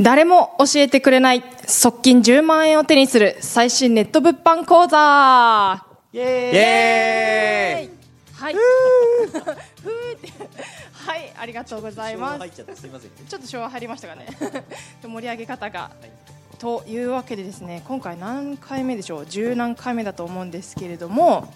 誰も教えてくれない側近10万円を手にする最新ネット物販講座はイエイエーイいふーってはいありがとうございま入っすちゃったすみません。ちょっと昭和入りましたかね盛り上げ方がというわけでですね今回何回目でしょう十何回目だと思うんですけれども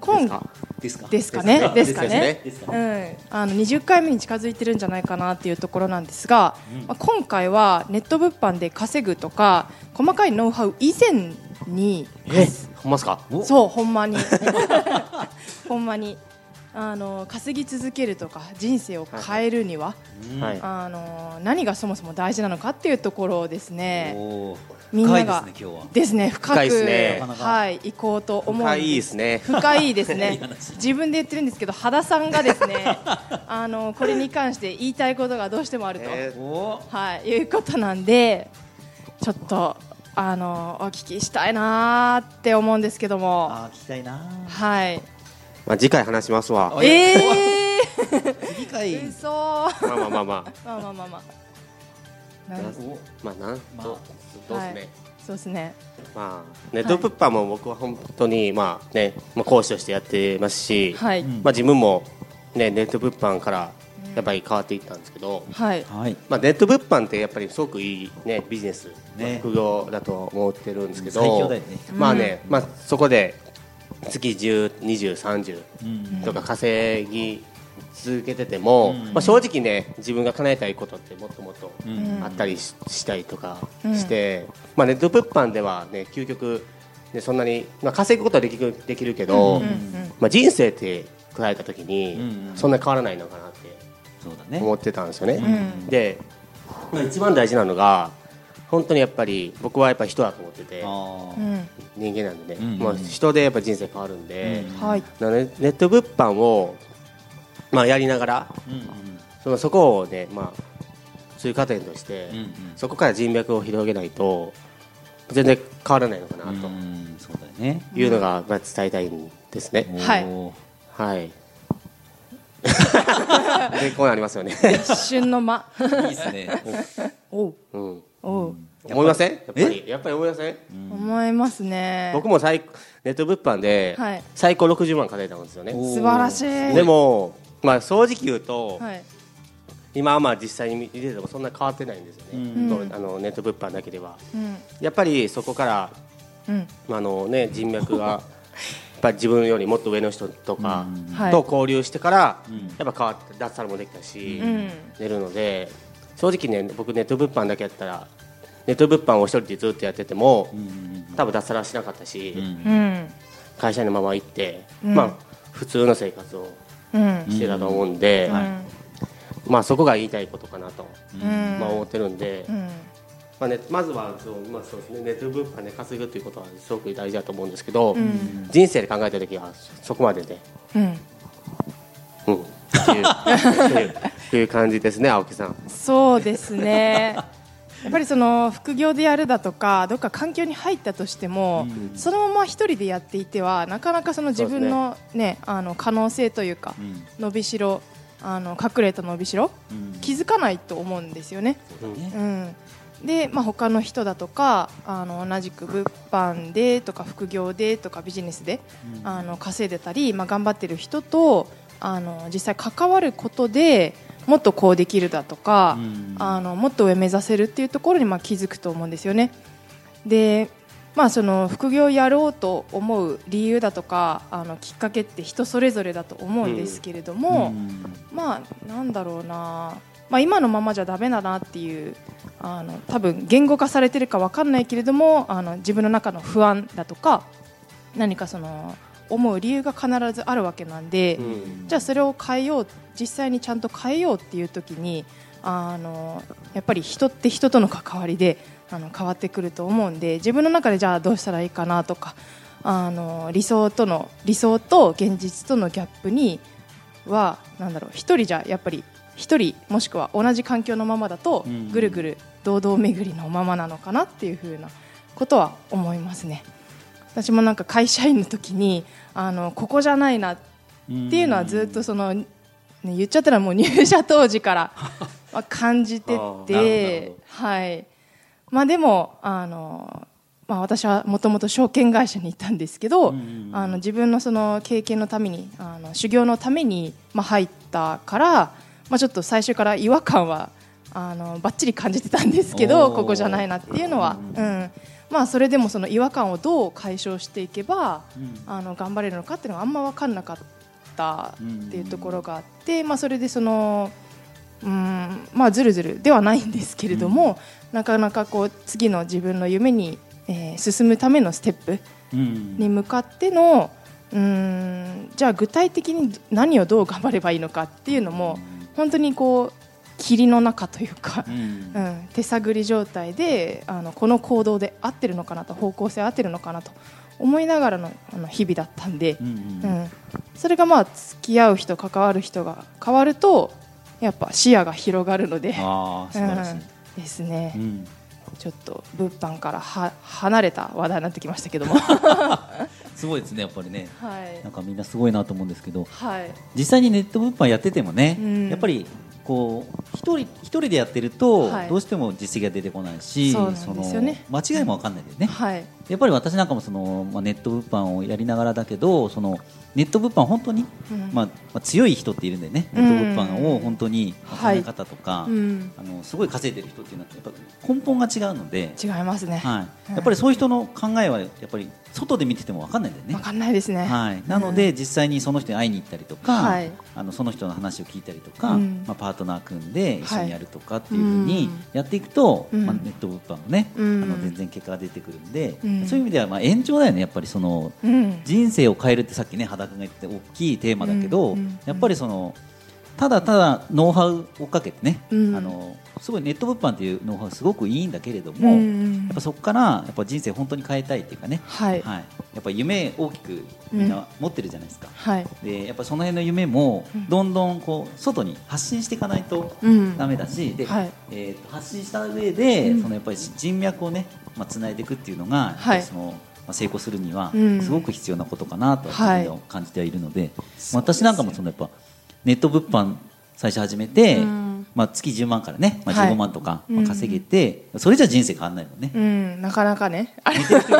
今ですか。ですかねですかねですかうねん、あの20回目に近づいてるんじゃないかなっていうところなんですが、まあ、今回はネット物販で稼ぐとか細かいノウハウ以前にえほんまっすかおそうほんま にほんまにあの稼ぎ続けるとか人生を変えるには、うんはいあの何がそもそも大事なのかっていうところをですねおーみんなが深いですね今日は。ですね深く深いですねはい行こうと思うん深でいですね深いですいいね話自分で言ってるんですけど羽田さんがですねあのこれに関して言いたいことがどうしてもあると、えおーはい、いうことなんでちょっとあのお聞きしたいなーって思うんですけどもあー聞きたいなー。はいまあ次回話しますわ あえ次回ー、嘘ままあまあまああままあまあまあなんおあまあなんまあどどうっすはねいそうですねまあネット物販も僕は本当にまあねまあ講師としてやってますしはい、うんまあ自分もねネット物販からやっぱり変わっていったんですけどはいはい。まあ、ネット物販ってやっぱりすごくいい、ね、ビジネス、ね副業だと思ってるんですけど、最強だよねまあね、まあ、そこで月10、20、30うんとか稼ぎ続けててうも、んまあ、正直ね自分が叶えたいことってもっともっとうんあったりし,、したりとかうんして、まあ、ネット物販ではね究極ねそんなに、まあ、稼ぐことはできるできるけうど、んうんまあ、人生って捉えた時うんにそんな変わらないのかなってそうだね。思ってたんですよね。んで、まあ、一番大事なのが本当にやっぱり僕はやっぱ人だと思っててあうーん人間なんでね、うんまあ、人でやっぱ人生変わるんで、うんはいなのでネット物販を、まあ、やりながらうんうんそのそこをね、まあ、通過点として、うんうんそこから人脈を広げないと全然変わらないのかなうとんそうだよね。いうのが、まあ、伝えたいんですね。はいおーはいでこうなりますよね、一瞬の間いいですね。おううん、おう思いませんやっぱりやっぱり思いません思いますね僕も最ネット物販ではい最高60万稼いだんですよね、お素晴らしいでも、まあ、正直言うと、はい今はまあ実際に見ててもそんな変わってないんですよね、うんどあのネット物販だけではうんやっぱりそこからうんまああの、ね、人脈がやっぱ自分よりもっと上の人とかうんはいと交流してから、うんやっぱ変わって脱サラもできたし、うん出るので正直ね僕ネット物販だけやったらネット物販を一人でずっとやってても、うんうん多分脱サラしなかったし、うんうん会社のまま行って、うんまあ普通の生活をうんしてたと思うんで、うんはいまあそこが言いたいことかなと、うんまあ思ってるんで、うんまあねまずはそうまあそうですねネット物販で稼ぐということはすごく大事だと思うんですけど、ん人生で考えた時はそこまでで、うんうんっていうっていうっていう感じですね青木さん。そうですねやっぱりその副業でやるだとかどっか環境に入ったとしても、そのまま一人でやっていてはなかなかその自分の,、ねあの可能性というか、うん伸びしろあの隠れた伸びしろ、うん気づかないと思うんですよね。ねうんで、まあ、他の人だとかあの同じく物販でとか副業でとかビジネスで、あの稼いでたり、まあ、頑張ってる人とあの実際関わることでもっとこうできるだとか、うんあのもっと上目指せるっていうところにまあ気づくと思うんですよね。でまあ、その副業やろうと思う理由だとかあのきっかけって人それぞれだと思うんですけれども、うんまあなんだろうな、まあ、今のままじゃダメだなっていうあの多分言語化されてるかわかんないけれどもあの自分の中の不安だとか何かその思う理由が必ずあるわけなんで、うんじゃあそれを変えよう実際にちゃんと変えようっていう時にあのやっぱり人って人との関わりであの変わってくると思うんで自分の中でじゃあどうしたらいいかなとかあの理想との理想と現実とのギャップにはなんだろう一人じゃやっぱり一人もしくは同じ環境のままだとうんぐるぐる堂々巡りのままなのかなっていう風なことは思いますね。私もなんか会社員の時にあのここじゃないなっていうのはずっとその、ね、言っちゃったらもう入社当時から まあ感じてあーなるてほどはいまあ、でもあの、まあ、私はもともと証券会社にいたんですけど、うんあの自分のその経験のためにあの修行のために、まあ、入ったから、まあ、ちょっと最初から違和感はあのバッチリ感じてたんですけどおーここじゃないなっていうのは、ううんまあ、それでもその違和感をどう解消していけばうんあの頑張れるのかっていうのがあんま分かんなかったっていうところががあって、まあ、それでそのうんまあずるずるではないんですけれども、なかなかこう次の自分の夢に、えー進むためのステップに向かってのうんじゃあ具体的に何をどう頑張ればいいのかっていうのも本当にこう霧の中というかう、んうん、手探り状態であのこの行動で合ってるのかなと方向性合ってるのかなと思いながらのあの日々だったんで、うんううんん、それがまあ付き合う人関わる人が変わるとやっぱ視野が広がるのでああ素晴らしいですね、うんちょっと物販からは離れた話題になってきましたけどもすごいですねやっぱりねはいなんかみんなすごいなと思うんですけどはい実際にネット物販やっててもね、うんやっぱりこう一人一人でやってるとはいどうしても実績が出てこないし、そうなんですよねその間違いも分かんないんだよね、はいやっぱり私なんかもその、まあ、ネット物販をやりながらだけどそのネット物販本当に、うんまあまあ、強い人っているんだよね、うんネット物販を本当に考はいえ方とか、うんあのすごい稼いでる人っていうのはやっぱ根本が違うので、違いますね、わはい、やっぱりそういう人の考えはやっぱり外で見てても分かんないんだよね。かんないですね、はい、なので、実際にその人に会いに行ったりとか、はいあのその人の話を聞いたりとか、うんまあ、パートナー組んで一緒にやるとかっていうふううにんやっていくと、うんまあ、ネット物販もね、うんあの全然結果が出てくるんで、うんそういう意味ではまあ延長だよねやっぱりそのうん、人生を変えるってさっきね裸が言って大きいテーマだけど、うんうんやっぱりそのただただノウハウをかけてね、うんあのすごいネット物販っていうノウハウすごくいいんだけれども、うんやっぱそこからやっぱ人生本当に変えたいっていうかね、はいはい、やっぱ夢大きくみんな持ってるじゃないですか、はい、でやっぱその辺の夢もうんどんどんこう外に発信していかないとうんダメだし、ではいえーと発信した上で、うんそのやっぱり人脈をねまあ、つないでいくっていうのはいが、やっぱりそのまあ成功するにはうんすごく必要なことかなと自はい分では感じてはいるので、すよ私なんかもそのやっぱネット物販最初始めて、うんまあ、月10万からね、まあ、はい15万とかうん稼げて、それじゃ人生変わらないもんね。うん、なかなかねあれ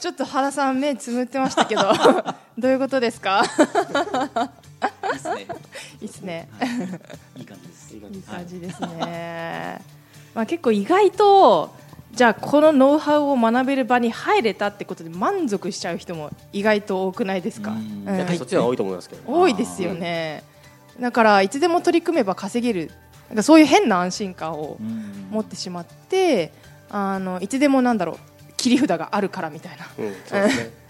ちょっと原さん目つむってましたけどどういうことですかいいですね いいですねはいいい感じです。いい感いい感はいじですね、まあ、結構意外とじゃあこのノウハウを学べる場に入れたってことで満足しちゃう人も意外と多くないですか、うんうんやっぱりそっちの方が多いと思いますけど多いですよねだからいつでも取り組めば稼げるなんかそういう変な安心感をうん持ってしまってあのいつでもなんだろう切り札があるからみたいなうんそうですね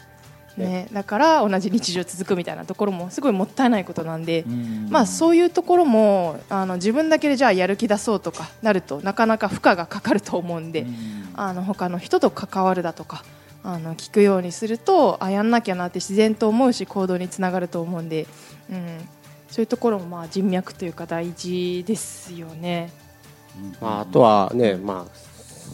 ね、だから同じ日常続くみたいなところもすごいもったいないことなんで、うんまあ、そういうところもあの自分だけでじゃあやる気出そうとかなるとなかなか負荷がかかると思うんで、うんあの他の人と関わるだとかあの聞くようにするとあやんなきゃなって自然と思うし行動につながると思うんで、うん、そういうところもまあ人脈というか大事ですよね。まああとはねまあ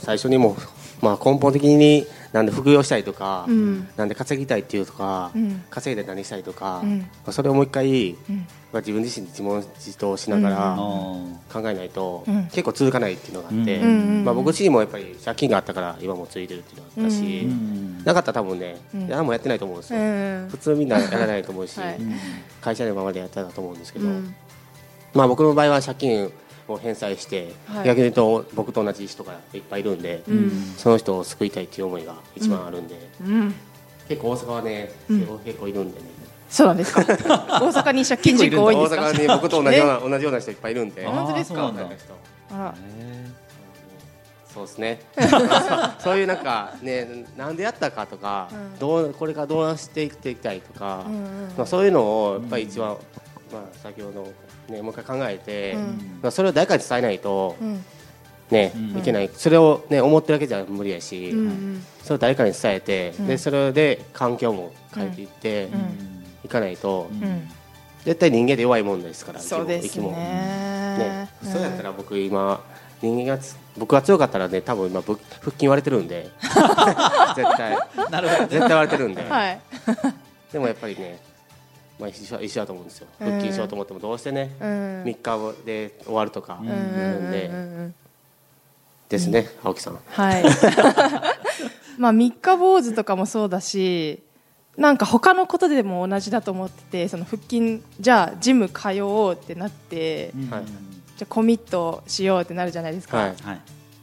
最初にもまあ根本的になんで副業したいとかうんなんで稼ぎたいっていうとかうん稼いで何したいとかうんまあそれをもう一回うんまあ自分自身で自問自答しながあらー考えないとうん結構続かないっていうのがあってうんまあ僕自身もやっぱり借金があったから今も続いてるっていうのがあったしうなかったら多分ねうん何もやってないと思うんですうよん普通みんなやらないと思う しはいう会社のままでやってたと思うんですけうどんまあ僕の場合は借金を返済してはい逆に言うと僕と同じ人がいっぱいいるんでうんその人を救いたいっていう思いが一番あるんで、うん結構大阪はね、うん結構結構いるんでね。そうなん ですか。大阪に借金事故多いん大ですか。阪に僕と同じような、同じような人いっぱいいるんで。あー本当ですかそう同なんじだ人あらへそうですね。 そうそういうなんか、ね、なんでやったかとか、うんどう、これからどうしていっていきたいとか。うんうんまあ、そういうのを、やっぱり一番、まあ、先ほど、ね、もう一回考えて。うんまあ、それを誰かに伝えないと、うんね、うんいけない、それをね、思ってるだけじゃ無理やし。うんそれを誰かに伝えて、うんでそれで環境も変えていって、うんいかないと、ーうんうん絶対人間で弱いもんですからそうです生き物生き物ねね。そうやったら僕今人間がつ僕が強かったらね多分今ぶ腹筋割れてる んで絶対なるほど絶対割れてるんで、はい、でもやっぱりね、まあ、一緒一緒だと思うんですようん腹筋しようと思ってもどうしてね、うん、 3日で終わるとかうんうんうんうんうんですね、青木さん はいまあ三日坊主とかもそうだしなんか他のことでも同じだと思っててその腹筋じゃあジム通おうってなって、うんはいじゃあコミットしようってなるじゃないですか、はいはい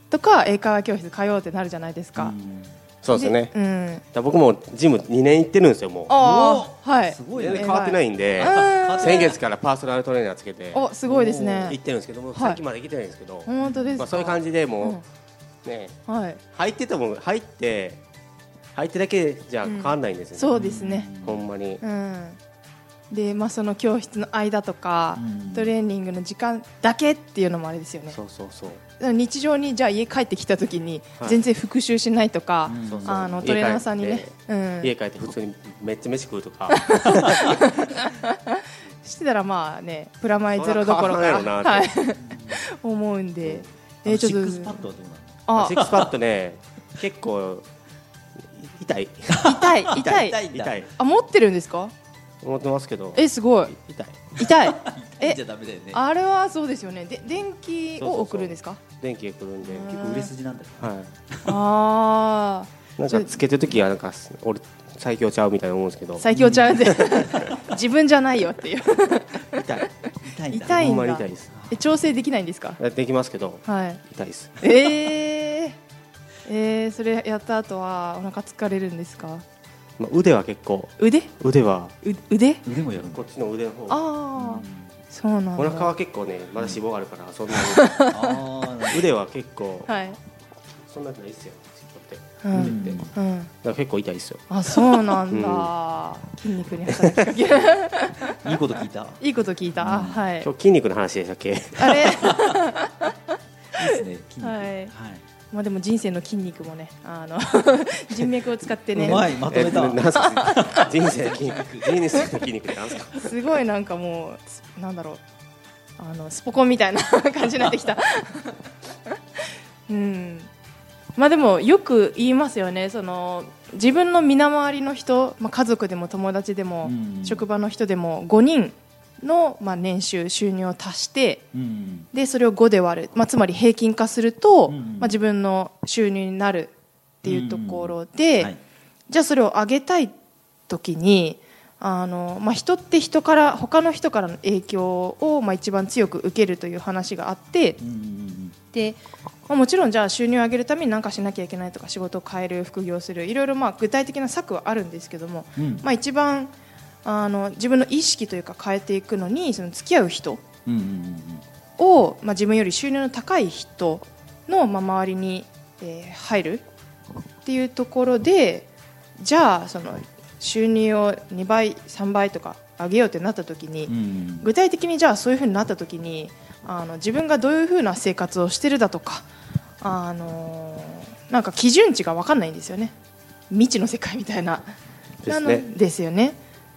とか英会話教室通おうってなるじゃないですか、うんそうですねでうんだから僕もジム2年行ってるんですよもうああはいすごい全ね然変わってないんでうん先月からパーソナルトレーナーつけて行おすごいですおねってるんですけどもいさっきまで行けてないんですけど、本当ですか、まあ、そういう感じでもうねうんはい入ってても入って入ってだけじゃ変わんないんですよね、そうですねほんまに、うんでまあその教室の間とか、うんトレーニングの時間だけっていうのもあれですよねそうそうそう日常にじゃあ家帰ってきた時にはい全然復習しないとか、うんそうそうあのトレーナーさんにね、うん、家帰って普通にめっちゃ飯食うとかしてたらまあねプラマイゼロそどんなこ変ろかららわんやろなはいっ思うんで、あのえーシちッょクスっパッとドはどうなのあシックスパッドね結構痛い痛い痛い痛いんだ痛いあ持ってるんですか思ってますけどえすごい痛い痛い痛いえじゃダメだよねあれはそうですよねで電気を送るんですか電気が来るんで、うん結構売れ筋なんだよはあい、なんかつけてる時はなんか俺最強ちゃうみたいな思うんですけどあ最強ちゃうって 自分じゃないよっていう痛い痛いんだ痛いほんんだまに痛いですえ調整できないんですかできますけどはい痛いですえー、えー、それやった後はお腹疲れるんですかまあ、腕は結構腕う腕は腕腕もやるんだこっちの腕の方ああ、そうなんだお腹は結構ねまだ脂肪があるからそんなあーなるに 腕は結構、はい、そんなにないっすよ尻尾ってうほどんううんん、だから結構痛いですよあそうなんだ、筋肉に働きかけるいいこと聞いたいいいこと聞いた、あはい今日筋肉の話でしたっけあれ いですね筋肉はいはいまあでも人生の筋肉もねあの人脈を使ってねうまいまとめたえ ななんす か人生の筋肉人生の筋肉ってなんすかすごいなんかもうすなんだろうあのスポコンみたいな 感じになってきたうんまあでもよく言いますよねその自分の身の回りの人、まあ、家族でも友達でも、うん職場の人でも5人の、まあ、年収収入を足してうんでそれを5で割る、まあ、つまり平均化すると、うんまあ、自分の収入になるっていうところで、はいじゃあそれを上げたい時にあの、まあ、人って人から他の人からの影響を、まあ、一番強く受けるという話があってうんうんで、まあ、もちろんじゃあ収入を上げるために何かしなきゃいけないとか仕事を変える副業するいろいろまあ具体的な策はあるんですけども、うんうんまあ、一番あの自分の意識というか変えていくのにその付き合う人うんうんうんを、まあ、自分より収入の高い人の、まあ、周りに、えー入るっていうところでじゃあその収入を2倍3倍とか上げようってなった時に、うんうん具体的にじゃあそういうふうになった時にあの自分がどういうふうな生活をしてるだとかあのーなんか基準値が分かんないんですよね未知の世界みたいな。ですなねのですよね、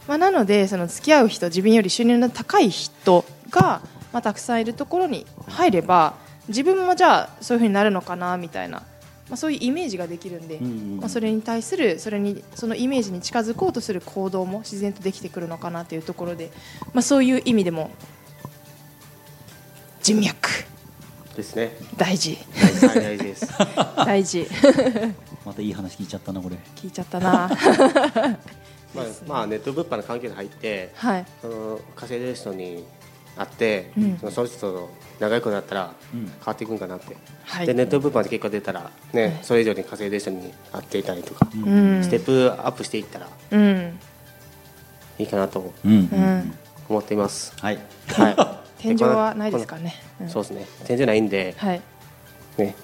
まあ、なのでその付き合う人自分より収入の高い人が、まあ、たくさんいるところに入れば自分もじゃあそういうふうになるのかなみたいな、まあ、そういうイメージができるんで、うんまあ、それに対するそれにそのイメージに近づこうとする行動も自然とできてくるのかなというところで、まあ、そういう意味でも人脈ですね大事大事大事です大事またいい話聞いちゃったなこれ聞いちゃったなまあ、まあ、ネット物販の関係に入ってはいその稼いでる人に会って、うんそのその人と仲良くなったらうん変わっていくんかなって、はいでネット物販で結果出たら、ね、それ以上に稼いでる人に会っていたりとか、うんステップアップしていったらうんいいかなとうんうんうん思っています。はいはい、 天井はないですかね。ね、うんそうですね。天井ないんで、はいね。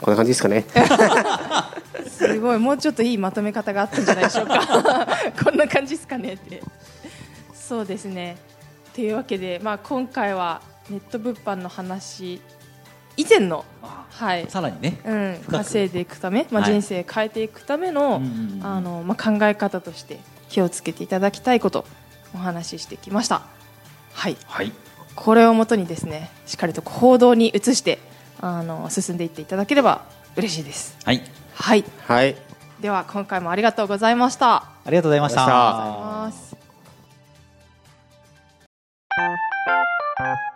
こんな感じですか ね。すごいもうちょっといいまとめ方があったんじゃないでしょう かこんな感じですかねってそうですねというわけで、まあ、今回はネット物販の話以前の、あはいさらにねうん、く稼いでいくため、まあ、はい人生変えていくための,、うんうんうんあのまあ、考え方として気をつけていただきたいことお話ししてきました。はいはいこれをもとにですねしっかりと行動に移してあの進んでいっていただければ嬉しいですはいはいはいでは今回もありがとうございましたありがとうございましたありがとうございましたありがとうございます